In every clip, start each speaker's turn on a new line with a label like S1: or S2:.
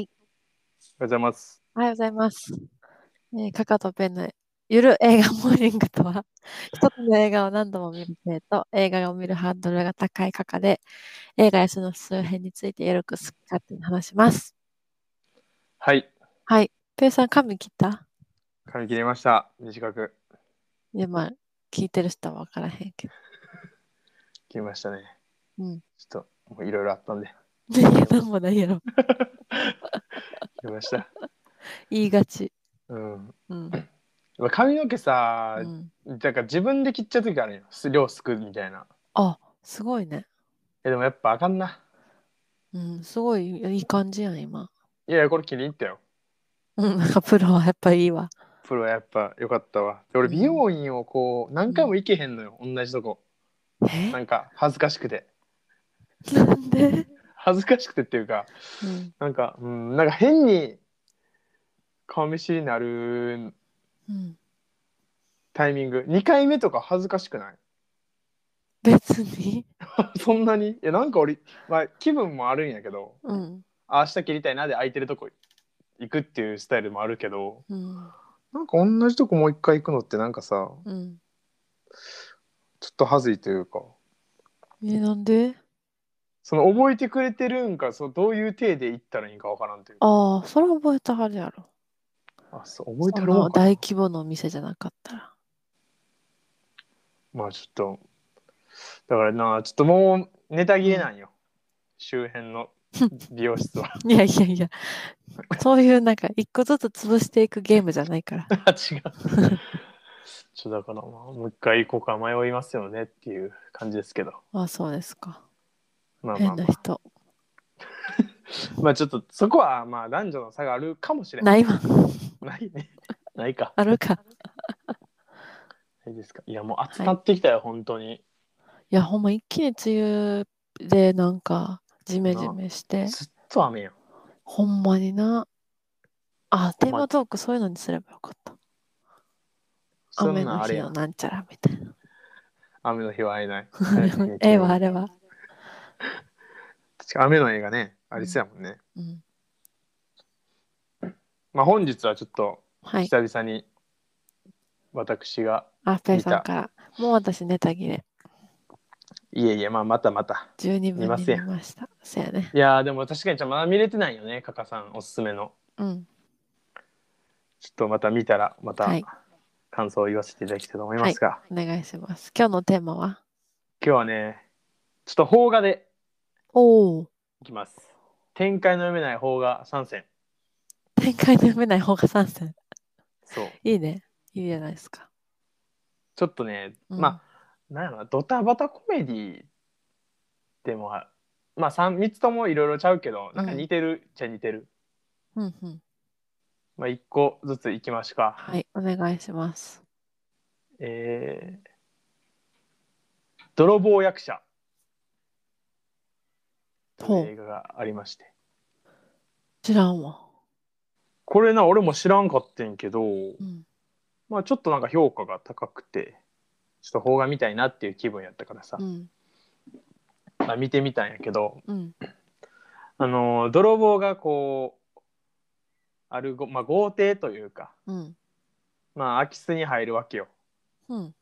S1: おはようございます。
S2: おはようございます。えー、カカとペンのゆる映画モーニングとは、 一つの映画を何度も見る生と、映画を見るハードルが高いカカで、映画やその周辺についてよろく好き勝手に話します。
S1: はい。
S2: はい。ペンさん、髪切った
S1: 髪切りました。短く
S2: いや、まあ、聞いてる人は分からへんけど。
S1: 切りましたね。
S2: うん。
S1: ちょっと、もういろいろあったんで、
S2: いや、なんもないやろ。
S1: 切りま した。
S2: 言いがち。
S1: うん。
S2: うん。
S1: まあ髪の毛さ
S2: う、ん、
S1: なんか自分で切っちゃう時あるよ。す量すくみたいな。
S2: あ、すごいね。
S1: え、でもやっぱあかんな。
S2: うん、すごいいい感じやん、今。
S1: いや、これ気に入ったよ。
S2: うん、なんかプロはやっぱいいわ。
S1: プロはやっぱ良かったわ。で俺、
S2: うん
S1: 美容院をこう、何回も行けへんのよ。同じとこ。
S2: え
S1: なんか、恥ずかしくて。
S2: なんで、
S1: 恥ずかしくてっていうか、
S2: うん
S1: なんか、うん、なんか変に顔見知りになる
S2: うん、
S1: タイミング。2回目とか恥ずかしくない
S2: 別に。
S1: そんなにいやなんか俺、まあ、気分もあるんやけど
S2: うん。
S1: あ明日切りたいなで空いてるとこ行くっていうスタイルもあるけど
S2: うん。
S1: なんか同じとこもう一回行くのってなんかさ
S2: うん。
S1: ちょっと恥ずいというか
S2: え、なんで
S1: その覚えてくれてるんかそのどういう体で行ったらいいんかわからんというか
S2: ああ、それは覚えたはるやろ。
S1: あそう覚えて
S2: そ
S1: る
S2: の
S1: のか
S2: 大規模のお店じゃなかったら。
S1: まあちょっとだからなちょっともうネタ切れなんよ、周辺 の美容室は
S2: いやいやいや、そういうなんか一個ずつ潰していくゲームじゃない から。
S1: あ違うちょっとだからまあもう一回行こうか迷いますよねっていう感じですけど
S2: ああ、そうですか。
S1: まあまあ、
S2: 変
S1: ま
S2: な
S1: あ、
S2: 人。
S1: まあちょっとそこはまあ男女の差があるかもしれない。
S2: ないわ。
S1: ないね。 ないか。
S2: あるか。
S1: ないですか。いやもう暑なってきたよ、本当に。
S2: いや、ほんま一気に梅雨でなんか、ジメジメして。
S1: ずっと雨よ。
S2: ほんまにな。あ、テー
S1: ほんま
S2: マトークそういうのにすればよかった。
S1: そ
S2: 雨
S1: ん
S2: の
S1: なあれ
S2: 日
S1: や
S2: の。なんちゃらみたいな。。
S1: 雨の日は会えない
S2: ええわ、あれは。
S1: 確か雨の映画ね、ありそうやもんね。
S2: うん。
S1: まあ本日はちょっと
S2: はい。
S1: 久々に私が、
S2: あ、ペイさ
S1: 見
S2: ん
S1: た
S2: から。もう私ネタ切れ。
S1: い、えいえ、まあまたまた。
S2: 十二分
S1: 見
S2: に
S1: ますや
S2: 見
S1: ん
S2: ました。そうやね。
S1: いやーでも確かにちょっとまだ見れてないよね、カカさんおすすめの。
S2: うん。
S1: ちょっとまた見たら、また
S2: はい
S1: 感想を言わせていただきたいと思いますが、
S2: お願いします。今日のテーマは
S1: 今日はね、ちょっと邦画で
S2: おお。
S1: いきます。展開の読めない方が参戦。
S2: 展開で読めない方が参戦。
S1: そう。
S2: いいね。いいじゃないですか。
S1: ちょっとね、
S2: うん
S1: まあ、なんやろな、ドタバタコメディでもあ、まあ 3, 三つともいろいろちゃうけど、なんか似てるっちゃ似てる。
S2: うんうん。
S1: まあ、1個ずついきましょうか。
S2: はい。お願いします。
S1: えー泥棒役者。と
S2: ほう
S1: いう映画がありまして。
S2: 知らんわ。
S1: これな、俺も知らんかってんけど、
S2: うん。
S1: まあちょっとなんか評価が高くて、ちょっと邦画見たいなっていう気分やったからさ
S2: う、ん。
S1: まあ見てみたんやけど、
S2: うん。
S1: あのー泥棒がこうあるご、まあ、豪邸というか、
S2: うん。
S1: まあ、空き巣に入るわけよ。
S2: うん。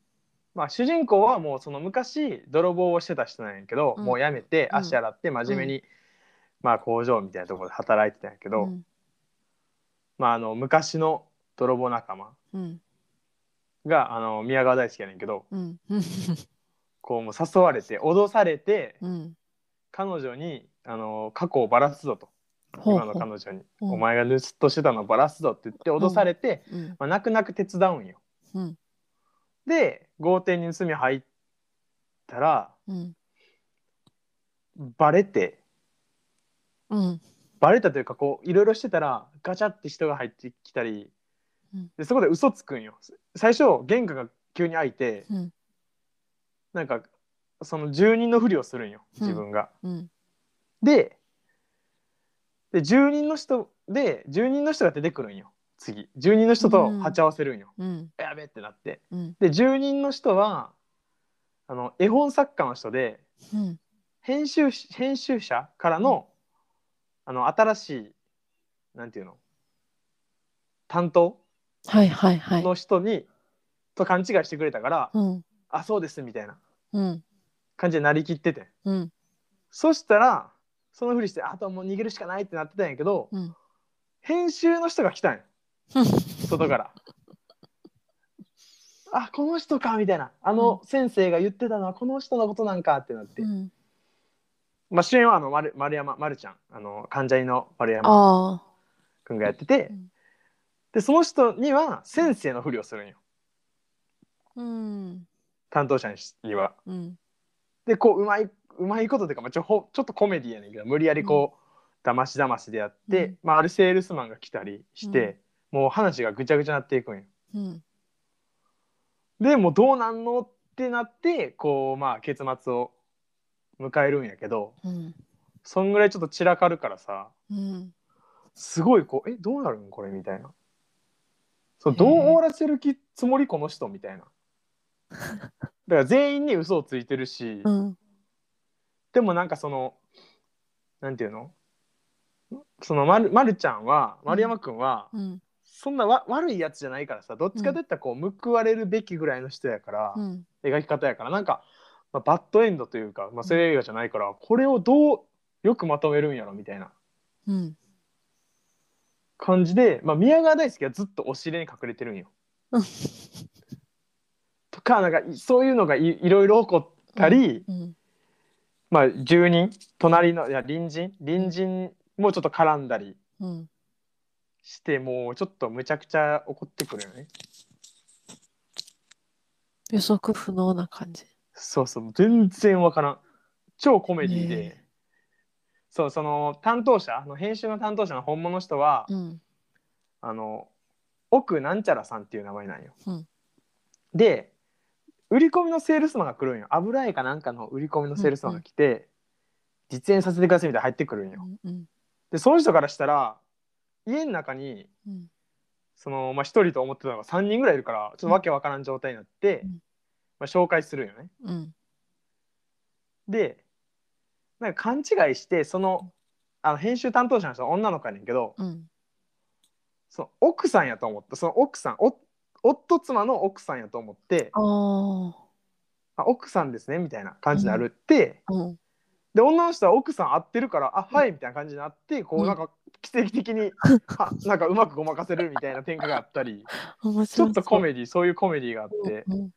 S1: まあ、主人公はもうその昔泥棒をしてた人なんやけど、
S2: うん
S1: もう辞めて
S2: うん
S1: 足洗って真面目に、まあ、工場みたいなところで働いてたんやけど、
S2: うん
S1: まあ、あの昔の泥棒仲間
S2: うん。
S1: があの宮川大輔やねんけど
S2: うん。うん。
S1: こうもう誘われて脅されて
S2: うん。
S1: 彼女にあの過去をばらすぞと
S2: ほう
S1: 今の
S2: ほ
S1: 彼
S2: う。
S1: 女に「
S2: うん
S1: お前が盗っ人してたのをばらすぞ」って言って脅されて、
S2: うん。
S1: まあ、泣く泣く手伝うんよ。
S2: うん。
S1: で豪邸に盗み入ったら
S2: うん。
S1: バレて
S2: うん。
S1: バレたというかこういろいろしてたらガチャって人が入ってきたり
S2: うん
S1: でそこで嘘つくんよ最初玄関が急に開いて
S2: うん。
S1: なんかその住人のふりをするんよ自分が。
S2: うん。
S1: でで住人の人で住人の人が出てくるんよ次住人の人と鉢合わせるんよ、
S2: うん。
S1: やべってなって
S2: うん。
S1: で住人の人はあの絵本作家の人で
S2: うん。
S1: 編集し編集者からの,、あの新しいなんていうの担当
S2: はいはいはい。
S1: の人に、と勘違いしてくれたから、
S2: うん。
S1: あそうですみたいな
S2: うん。
S1: 感じでなりきってて
S2: うん。
S1: そしたらそのふりしてあともう逃げるしかないってなってたんやけど、
S2: うん
S1: 編集の人が来たんよ
S2: うん
S1: 外から。あこの人かみたいなあの先生が言ってたのはこの人のことなんかってなって、
S2: うん。
S1: まあ、主演はあの丸丸山丸ちゃんあの関ジャニの丸山
S2: ああ。
S1: くんがやってて
S2: うん
S1: でその人には先生のふりをするんよ
S2: うん。
S1: 担当者にしには。
S2: うん。
S1: でこううまいうまいことというか、まあ、ちょほちょっとコメディやねんけど無理やりこうだましだましでやって、
S2: うん
S1: まあ、あるセールスマンが来たりして、もう話がぐちゃぐちゃなっていくんよ。
S2: うん。
S1: でもうどうなんのってなってこうまあ結末を迎えるんやけど
S2: うん。
S1: そんぐらいちょっと散らかるからさ
S2: うん。
S1: すごいこう「えどうなるんこれ」みたいな。そう
S2: へえ
S1: どう終わらせる気つもりこの人み たいな。だから全員に嘘をついてるし。
S2: うん。
S1: でもなんかそのなんていうのそのまるまるちゃんは丸山くんは、
S2: うん。
S1: そんなわ悪いやつじゃないからさどっちかといったらこう報われるべきぐらいの人やから、
S2: うん。
S1: 描き方やからなんか、まあ、バッドエンドというか、まあ、それ映画じゃないから、これをどうよくまとめるんやろみたいな
S2: うん。
S1: 感じで、まあ、宮川大輔はずっとお尻に隠れてるんよ
S2: うん。
S1: とかなんかいそういうのがいいろいろ起こったり、
S2: うん。
S1: まあ、住人隣のいや隣人隣人もちょっと絡んだり
S2: うん。
S1: してもうちょっとむちゃくちゃ怒ってくるよね
S2: 予測不能な感じ。
S1: そうそう全然わからん超コメディで、
S2: ね
S1: そうその担当者あの編集の担当者の本物の人は、
S2: うん。
S1: あの奥なんちゃらさんっていう名前なんよ、
S2: うん
S1: で売り込みのセールスマンが来るんよ油絵かなんかの売り込みのセールスマンが来て、実演させてくださいみたいな入ってくるんよ
S2: うん。
S1: でその人からしたら家の中に
S2: うん。
S1: そのまあ、1人と思ってたのが3人ぐらいいるからちょっとわけわからん状態になって、
S2: うん
S1: まあ、紹介するんよね。
S2: うん。
S1: でなんか勘違いしてそのあの編集担当者の人は女の子やねんけど
S2: うん。
S1: その奥さんやと思ってその奥さんお夫妻の奥さんやと思って
S2: ああ。
S1: 「あ奥さんですね」みたいな感じになるって、
S2: うん。
S1: で女の人は奥さん会ってるから「あはい」みたいな感じになってこ
S2: う
S1: うんなんか奇跡 的に、はなんかうまくごまかせるみたいな展開があったり
S2: 面白
S1: ち
S2: そう
S1: ょっとコメディそういうコメディがあって。
S2: うん。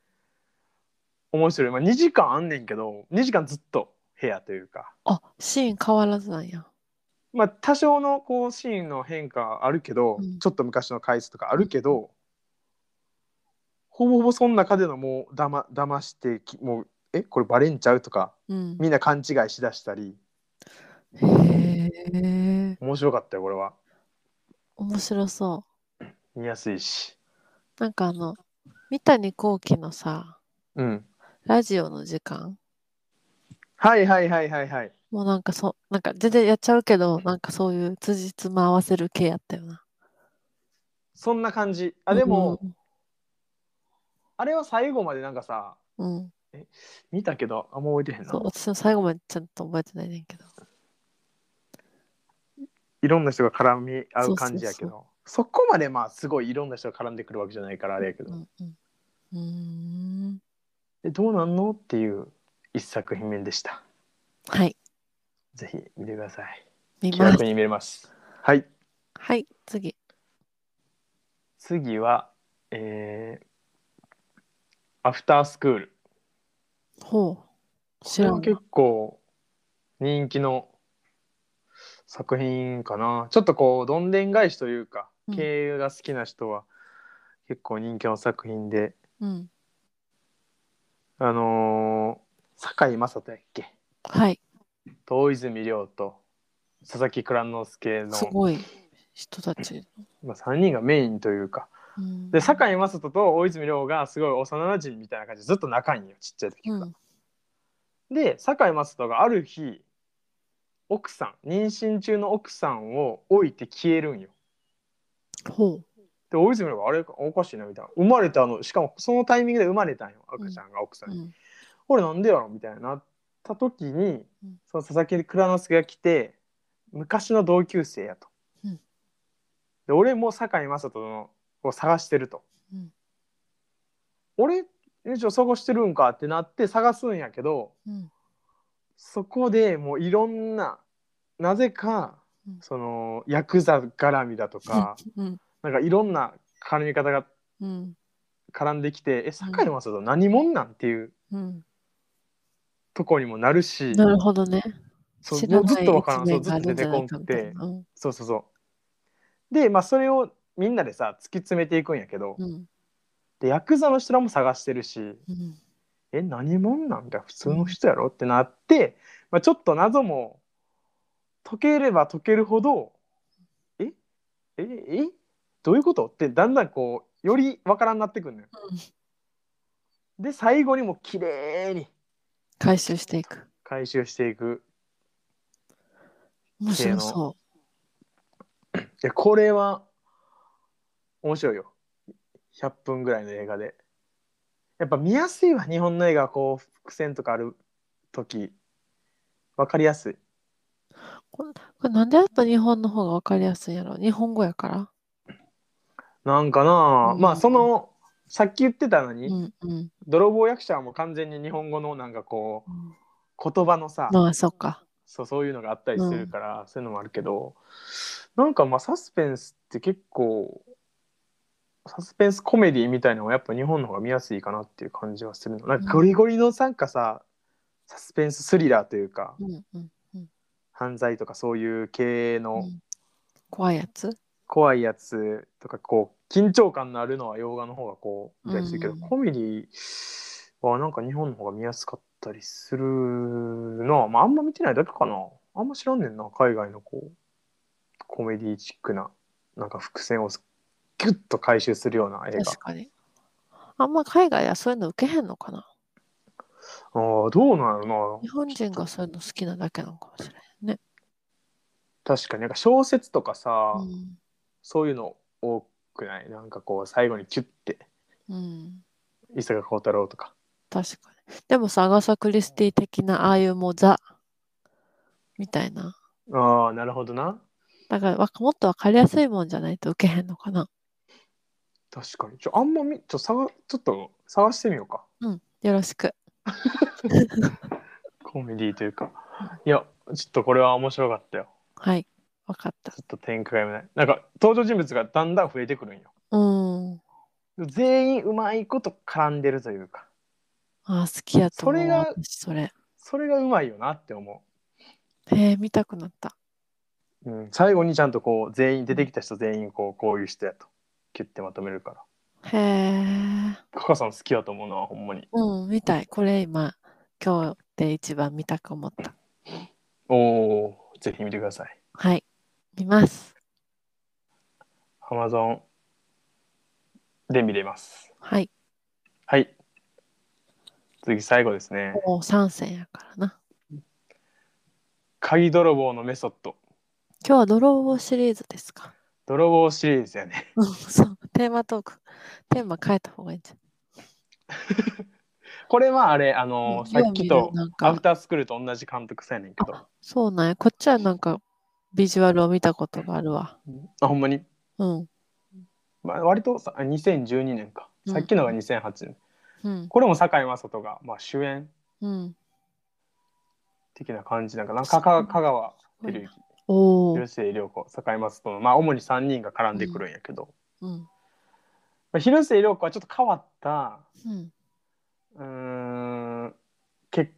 S1: 面白い、まあ、2時間あんねんけど2時間ずっと部屋というか、
S2: あ、シーン変わらずなんや。
S1: まあ、多少のこうシーンの変化あるけど、
S2: うん
S1: ちょっと昔の回数とかあるけど、ほぼほぼその中でのもうだま騙してきもうえこれバレんちゃうとか
S2: うん。
S1: みんな勘違いしだしたり
S2: へえ。
S1: 面白かったよこれは
S2: 面白そう。
S1: 見やすいし
S2: なんかあの、三谷幸喜のさ、
S1: うん
S2: ラジオの時間
S1: はいはいはいはいはい
S2: もうなんかそ、なんか全然やっちゃうけど、なんかそういう辻褄合わせる系やったよな。
S1: そんな感じあでも、
S2: うん、
S1: あれは最後までなんかさ
S2: うん。
S1: 見たけどあんま覚えてへんな
S2: そう、私の最後までちゃんと覚えてないねんけど。
S1: いろんな人が絡み合う感じやけどそ
S2: そう
S1: こまでまあすごいいろんな人が絡んでくるわけじゃないからあれやけど、
S2: うんうん。うーん。
S1: でどうなんのっていう一作品目でした
S2: はい、
S1: ぜひ見てください
S2: 見
S1: 気
S2: ます
S1: 楽。に見れますはい
S2: はい、次。
S1: 次はえー、アフタースクール
S2: ほう。
S1: こ
S2: 知
S1: れ
S2: ら
S1: は
S2: ん。
S1: 結構人気の作品かなちょっとこうどんでん返しというか、
S2: うん
S1: 経営が好きな人は結構人気の作品で
S2: うん。
S1: あのー、堺雅人やっけ
S2: はい、
S1: 大泉洋と佐々木蔵之介
S2: す
S1: の、
S2: ごい人たち。
S1: まあ、3人がメインというか
S2: うん、
S1: で堺雅人と大泉洋がすごい幼馴染みたいな感じでずっと仲いいんよちっちゃい時
S2: う
S1: から。
S2: ん。
S1: で堺雅人がある日奥さん妊娠中の奥さんを置いて消えるんよ。
S2: ほ
S1: で大泉洋があれおかしいなみたいな生まれたのしかもそのタイミングで生まれたんよ赤ちゃんが奥さん
S2: う。う
S1: に。
S2: ん。
S1: これなんでやろみたいになった時に、
S2: うん
S1: その佐々木蔵之介が来て昔の同級生やと。
S2: うん
S1: でで俺も堺雅人のを探してると。
S2: うん
S1: 俺えじゃあ探してるんかってなって探すんやけど
S2: うん
S1: そこでもういろんななぜか
S2: うん
S1: そのヤクザ絡みだ とか
S2: うん
S1: なんかいろんな絡み方が
S2: うん
S1: 絡んできて「え堺雅人何者なん?」っていう
S2: うん
S1: とこにもなるし
S2: なるほどね。
S1: そう
S2: 知
S1: も
S2: ら
S1: うず
S2: ない
S1: っとわから
S2: 一
S1: んそう
S2: 面
S1: ず
S2: があ
S1: っと
S2: る
S1: 出
S2: んじゃ
S1: て
S2: な
S1: こ
S2: い
S1: ん
S2: かみ
S1: く
S2: たい
S1: て
S2: な。うん
S1: そうそうそうでまあそれをみんなでさ突き詰めていくんやけど、
S2: うん
S1: でヤクザの人らも探してるし
S2: うん
S1: え何者なんだ普通の人やろってなって、まあ、ちょっと謎も解ければ解けるほどえええどういうことってだんだんこうよりわからんなってくるのよ。で最後にもう綺麗に
S2: 回収していく。
S1: 回収していく。
S2: 面白そ
S1: いやこれは面白いよ。100分ぐらいの映画で。やっぱ見やすいわ日本の映画はこう伏線とかある時わかりやすい。
S2: う。これこれなんでやっぱ日本の方がわかりやすいんやろ日本語やから。
S1: なんかなあ、
S2: うん
S1: まあそのさっき言ってたのに、
S2: うんうん。
S1: 泥棒役者はもう完全に日本語のなんかこ
S2: うん
S1: う言葉のさ、
S2: まあ、そっか。
S1: そうそういうのがあったりするから、そういうのもあるけどなんかまあサスペンスって結構サスペンスコメディみたいなのはやっぱ日本の方が見やすいかなっていう感じはするのなんかゴリゴリのなんかさサスペンススリラーというか、
S2: うんうんうん
S1: 犯罪とかそういう系
S2: う
S1: の
S2: ん。怖いやつ
S1: 怖いやつとかこう緊張感のあるのは洋画の方がこう見たりするけど、
S2: うん
S1: コメディはなんか日本の方が見やすかったりするなまああんま見てないだけかなあんま知らんねんな海外のこうコメディチックななんか伏線をギュッと回収するような映
S2: 確かに。あんま海外はそういうの受けへんのかな
S1: 画ああどうなの
S2: 日本人がそういうの好きなだけなのかもしれないね。
S1: な確かになんか小説とかさ、
S2: うん
S1: そういうの多くないなんかこう最後にキュッて
S2: うん、
S1: 伊坂幸太郎とか
S2: 確かに。でもさ、アガサ・クリスティ的な、ああいうもうザ、みたいな。
S1: ああなるほどな
S2: だからわ、もっとわかりやすいもんじゃないと受けへんのかな。
S1: 確かに。ちょ、あんまみ、ちょ、さが、ちょっと探してみようか。
S2: うん、よろしく。
S1: コメディというか。いや、ちょっとこれは面白かったよ。
S2: はい、わかった
S1: ちょ。っと展開もない。なんか、登場人物がだんだん増えてくるんよ。
S2: うん。
S1: 全員うまいこと絡んでるというか。
S2: あー、好きやと思う。
S1: それが
S2: 私それ。
S1: それがうまいよなって思
S2: へえ、見たくなった。
S1: う。うん、最後にちゃんとこう、全員出てきた人全員こう、こういう人やと。キュッてまとめるから。
S2: へえ。
S1: カカさん好きやと思うな、ほんまに。
S2: うん、見たい。これ今、今日で一番見たく思った。
S1: おお、ぜひ見てください。
S2: はい、見ます。
S1: アマゾンで見れます。
S2: はい、
S1: はい。次、最後ですね。
S2: もう参戦やからな。
S1: 鍵泥棒のメソッド
S2: 今日は泥棒シリーズですか。
S1: 泥棒シリーズやね
S2: うん、そう、テーマトーク。テーマ変えた方がいいんじ
S1: これはあれあ
S2: うん
S1: のさっき
S2: よう見
S1: と
S2: るなんか
S1: アフタースクールと同じ監督さんやねんけど
S2: ゃん。そうなんや。こっちはなんか、ビジュアルを見たことがあるわ。
S1: あほんまに、
S2: うん、
S1: まあ、割とさあ2012年か
S2: うん
S1: さっきのが2008年、
S2: うん、
S1: これも堺雅人が、まあ、主演
S2: うん。
S1: 的な感じなんかなかか香川照之
S2: おー
S1: 広末涼子堺雅人の、まあ、主に3人が絡んでくるんやけど、
S2: うん、
S1: まあ、広末涼子はちょっと変わった
S2: うん、
S1: うーん結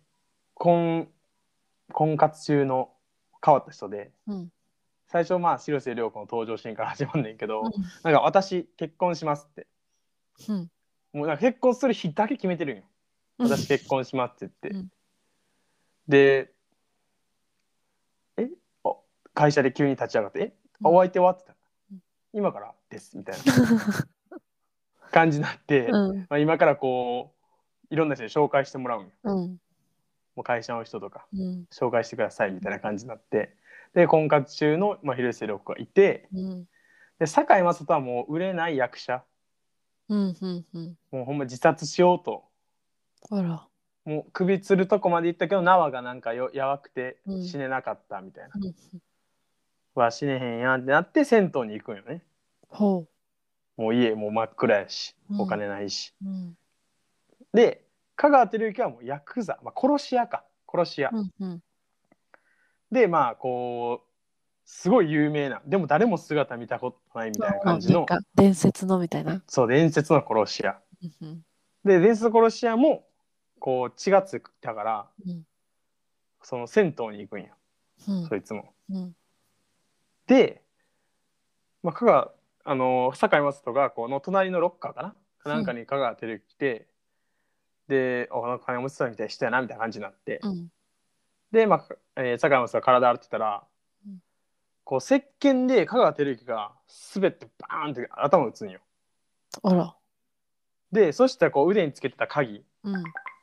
S1: 婚婚活中の変わった人で
S2: うん、
S1: 最初まあ広末涼子の登場シーンから始まんねんけど、
S2: うん
S1: なんか私結婚しますって
S2: うん。
S1: もうなんか結婚する日だけ決めてるんよ私結婚しますって言って、
S2: うん
S1: でえお会社で急に立ち上がって「え
S2: うん
S1: お相手は?」って言ったら
S2: うん
S1: 「今からです」みたいな感じになって、
S2: うん、
S1: まあ、今からこういろんな人に紹介してもらうんよ
S2: うん、
S1: もう会社の人とか
S2: うん、
S1: 紹介してくださいみたいな感じになってで婚活中の、まあ、広末涼子がいて
S2: うん、
S1: で堺雅人はもう売れない役者
S2: うん、うん、うん。
S1: もうほんま自殺しようと
S2: あら、
S1: もう首つるとこまで行ったけど縄がなんかよやわくて
S2: うん
S1: 死ねなかったみたいな、
S2: うん、
S1: わ死ねへんやんってなって銭湯に行くんよね
S2: ほ
S1: もう家もう真っ暗やし
S2: うん
S1: お金ないし、
S2: う。うん。
S1: で香川照之はもうヤクザ、まあ、殺し屋か殺し屋、
S2: うんうん。
S1: でまあこうすごい有名なでも誰も姿見たことないみたいな感じ
S2: あなん
S1: の
S2: か伝説のみたいな。
S1: そう伝説の殺し屋
S2: うんうん。
S1: で伝説の殺し屋もこう血がついたから
S2: うん
S1: その銭湯に行くんや
S2: うん
S1: そいつも。
S2: うん。
S1: で、まあ、香川あの堺雅人がこの隣のロッカーかななんかに香川照之来て、でおなんか金持ちそうみたいな人やなみたいな感じになって、
S2: うん。
S1: で、まあえー、堺雅人が体洗ってたら、
S2: うん
S1: こう石鹸で香川照之が滑ってバーンって頭打つんよ。
S2: あら。
S1: でそしたらこう腕につけてた鍵
S2: うん。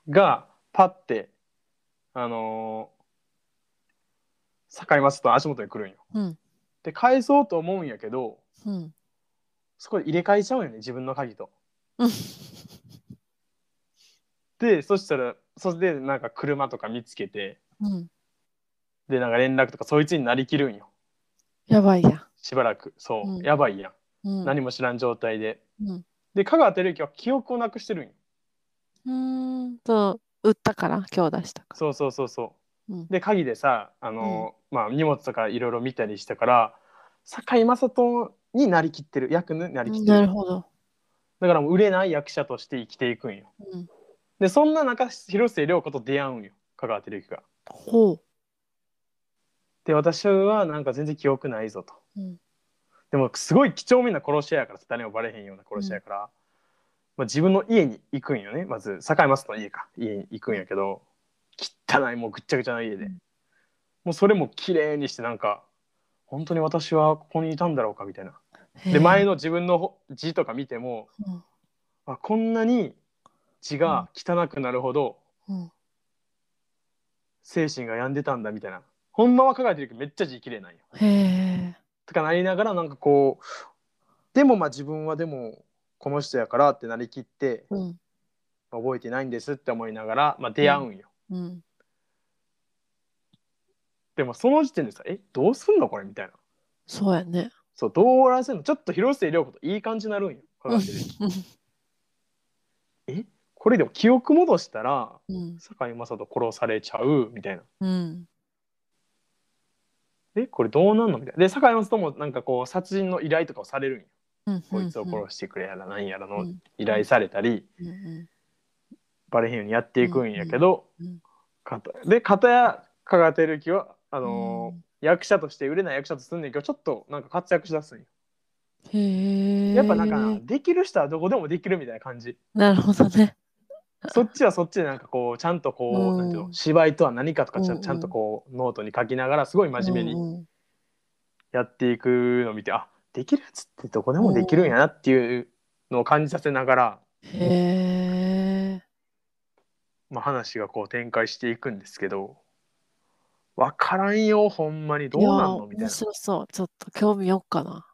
S1: がパッてあのー堺雅人の足元に来るんよ。
S2: うん。
S1: で返そうと思うんやけど
S2: うん。
S1: そこで入れ替えちゃうんよね自分の鍵と。
S2: うん
S1: でそしたらそれでなんか車とか見つけて
S2: うん。
S1: でなんか連絡とかそいつになりきるんよ
S2: やばいや
S1: しばらくそう、
S2: うん
S1: やばいやん、
S2: ん。うん。
S1: 何も知らん状態で
S2: うん。
S1: で香川照之は記憶をなくしてるんよ
S2: うーんと、売ったから、今日出したか
S1: そうそうそうそう、
S2: うん
S1: で鍵でさあの、まあ、荷物とかいろいろ見たりしたから堺雅人になりきってる役にな
S2: ら。
S1: り
S2: う
S1: きっ
S2: ん
S1: て
S2: な
S1: る
S2: るほど。
S1: だからもう売れない役者として生きていくんよ
S2: うん。
S1: でそんな中広末涼子と出会うんよ香川照之が
S2: ほ
S1: で私はなんか全然記憶ないぞと
S2: う。うん。
S1: でもすごい貴重面な殺し屋やから誰もバレへんような殺し屋やから、まあ、自分の家に行くんよねまず堺雅人の家か家に行くんやけど汚いもうぐっちゃぐちゃな家で、
S2: うん
S1: もうそれも綺麗にしてなんか本当に私はここにいたんだろうかみたいな
S2: へ
S1: で
S2: ー
S1: 前の自分の字とか見ても
S2: うん
S1: あこんなに字が汚くなるほど
S2: うん。
S1: 精神が病んでたんだみたいなほんまは輝いてるけどめっちゃ字綺麗なんよ
S2: へえ。
S1: とかなりながらなんかこうでもまあ自分はでもこの人やからってなりきって
S2: うん。
S1: 覚えてないんですって思いながら、まあ、出会うんよ、
S2: うん。
S1: でもその時点でさえどうすんのこれみたいな
S2: そうやね。
S1: そうどう終わらせるのちょっと広末涼子といい感じになるんよ科学的に これでも記憶戻したら
S2: うん。
S1: 堺雅人殺されちゃうみたいな
S2: うん。
S1: えこれどうなんのみたいなで堺雅人もなんかこう殺人の依頼とかをされるんよ、
S2: うん。
S1: こいつを
S2: うん
S1: 殺してくれやらなんやら
S2: う
S1: の
S2: ん
S1: 依頼されたり、
S2: うんうん
S1: バレへんようにやっていくんやけど、
S2: うんうん
S1: かたで片や香川照之はあのー役者として売れない役者とすんねんけどちょっとなんか活躍しだすんよ
S2: うんへえ。
S1: やっぱなんかな、できる人はどこでもできるみたいな感じ
S2: なるほどね。
S1: そっちはそっちでなんかこうちゃんとこう,、
S2: うん
S1: なんていうの芝居とは何かとかちゃ,、
S2: うんうん
S1: ちゃんとこうノートに書きながらすごい真面目に
S2: うんうん
S1: やっていくのを見て、あできるやつってどこでもできるんやなっていうのを感じさせながら、
S2: へえ。
S1: まあ、話がこう展開していくんですけど分からんよほんまにどうなんの
S2: いや
S1: みたい
S2: 面
S1: な。
S2: 白そう。ちょっと興味よっかな。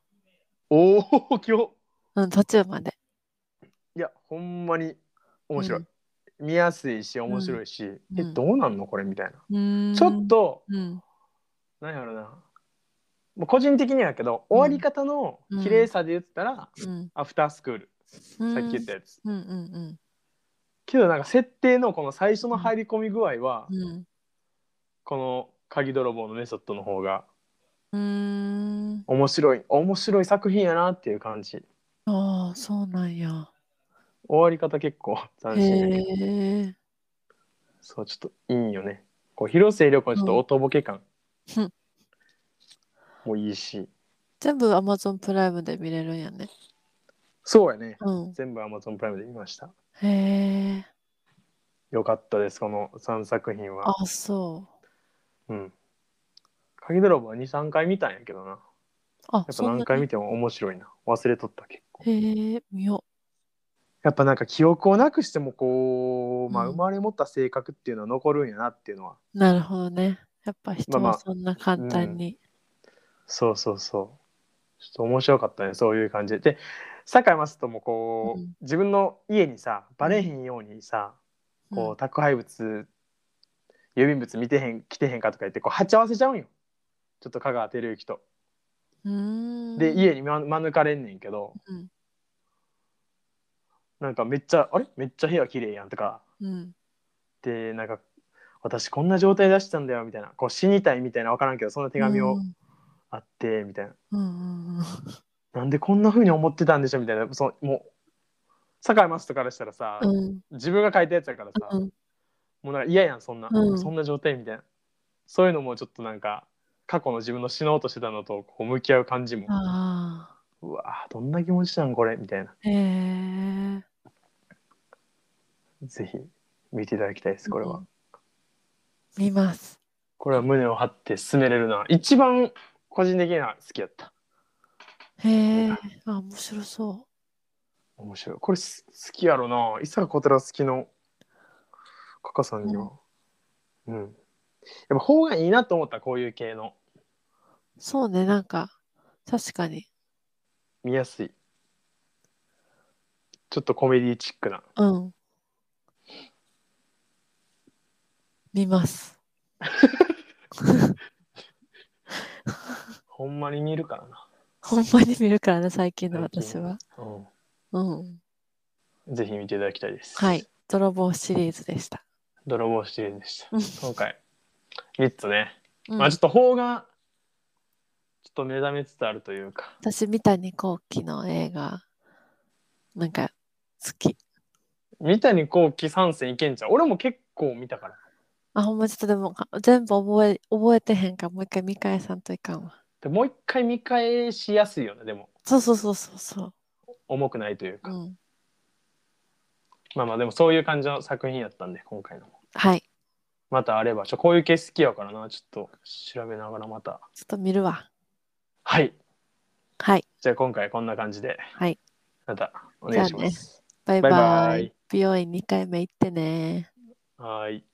S1: おお今日
S2: うん、途中まで。
S1: いやほんまに面白い、
S2: うん
S1: 見やすいし面白いし、
S2: うん
S1: えどうなんのこれみたいな、
S2: うーん
S1: ちょっ。と
S2: うん。
S1: なんやろなもう個人的にはやけど終わり方の綺麗さで言ったら、
S2: うん。
S1: アフタースクール
S2: うん
S1: さっき言ったやつ、
S2: うんうん
S1: けどなんか設定のこの最初の入り込み具合は、
S2: うん。うん。
S1: この鍵泥棒のメソッドの方が
S2: うーん。
S1: 面白い面白い作品やなっていう感じ
S2: ああ、そうなんや。
S1: 終わり方結構斬
S2: へ
S1: 新やけど
S2: え。
S1: そうちょっといいんよねこう広末涼子のちょっと音ボケ感
S2: うん
S1: もいいし
S2: 全部 Amazon プライムで見れるんやね。
S1: そうやね
S2: うん。
S1: 全部 Amazon プライムで見ました
S2: へえ。
S1: よかったですこの3作品は
S2: あ、そ
S1: うん鍵泥棒は23回見たんやけどな
S2: う。あ、
S1: やっぱ
S2: そん
S1: 何
S2: な
S1: 回見ても面白いな忘れとった結構
S2: へえ、見よ
S1: やっぱなんか記憶をなくしてもこう、まあ、
S2: うん
S1: 生まれ持った性格っていうのは残るんやなっていうのは、
S2: う。なるほどね。やっぱ人
S1: ま
S2: は
S1: あまあ
S2: そんな簡単に。
S1: そうそうそうちょっと面白かったねそういう感じでで堺雅人もこう、
S2: うん
S1: 自分の家にさバレへんようにさ、こう宅配物郵便物見てへん来てへんかとか言ってこう鉢合わせちゃうんよちょっと香川照之と
S2: うーん
S1: で、家にま免れんねんけど、
S2: うん
S1: なんかめっちゃあれめっちゃ部屋綺麗やんとか
S2: うん
S1: でなんか私こんな状態出したんだよみたいなこう死にたいみたいな分からんけどそんな手紙
S2: う
S1: を
S2: ん
S1: あってみたいな、
S2: うんうん
S1: なんでこんな風に思ってたんでしょみたいなそのもう堺雅人からしたらさ、
S2: うんうん
S1: 自分が書いたやつやからさ、
S2: うん
S1: もうなんか嫌やんそんな、
S2: うん
S1: そんな状態みたいなそういうのもちょっとなんか過去の自分の死のうとしてたのとこう向き合う感じも、
S2: あ
S1: うわーどんな気持ちなんこれみたいな
S2: ーへえ
S1: ぜひ見ていただきたいですこれは、
S2: うん見ます
S1: これは胸を張って進めれるな一番個人的には好きやった
S2: へえあ面白そ
S1: 面白いこれす好きやろな伊坂小寺好きのカカさんにはうん、やっぱ方がいいなと思ったこういう系の
S2: うそうねなんか確かに
S1: 見やすいちょっとコメディチックな
S2: うん見ます
S1: ほんまに見るからな
S2: ほんまに見るからね最近の私は
S1: う
S2: うん
S1: ん、ぜひ見ていただきたいです。
S2: はい。泥棒シリーズでした
S1: 泥棒シリーズでした
S2: うん。
S1: 今回、3つね。
S2: うん
S1: まあちょっと方が、ちょっと目覚めつつあるというか。
S2: 私三谷幸喜の映画なんか好き
S1: 三谷幸喜参戦いけんちゃう俺も結構見たから。
S2: あほんまちょっとでもか全部覚え覚えてへんからもう一回見返さんといかんわ
S1: でもう一回見返しやすいよね、でも。
S2: そうそうそうそうそ
S1: 重くないという
S2: う
S1: か。
S2: うん
S1: まあまあでもそういう感じの作品やったんで、今回のも。
S2: はい
S1: またあれば、ちょこういう系好きやからな、ちょっと調べながらまた。
S2: ちょっと見るわ
S1: はい。
S2: はい
S1: じゃあ今回こんな感じで、
S2: はい
S1: またお願いし
S2: じゃあ
S1: ま
S2: ね
S1: す。
S2: バイバイ
S1: バイバイ
S2: 美容院2回目行ってね
S1: はーい。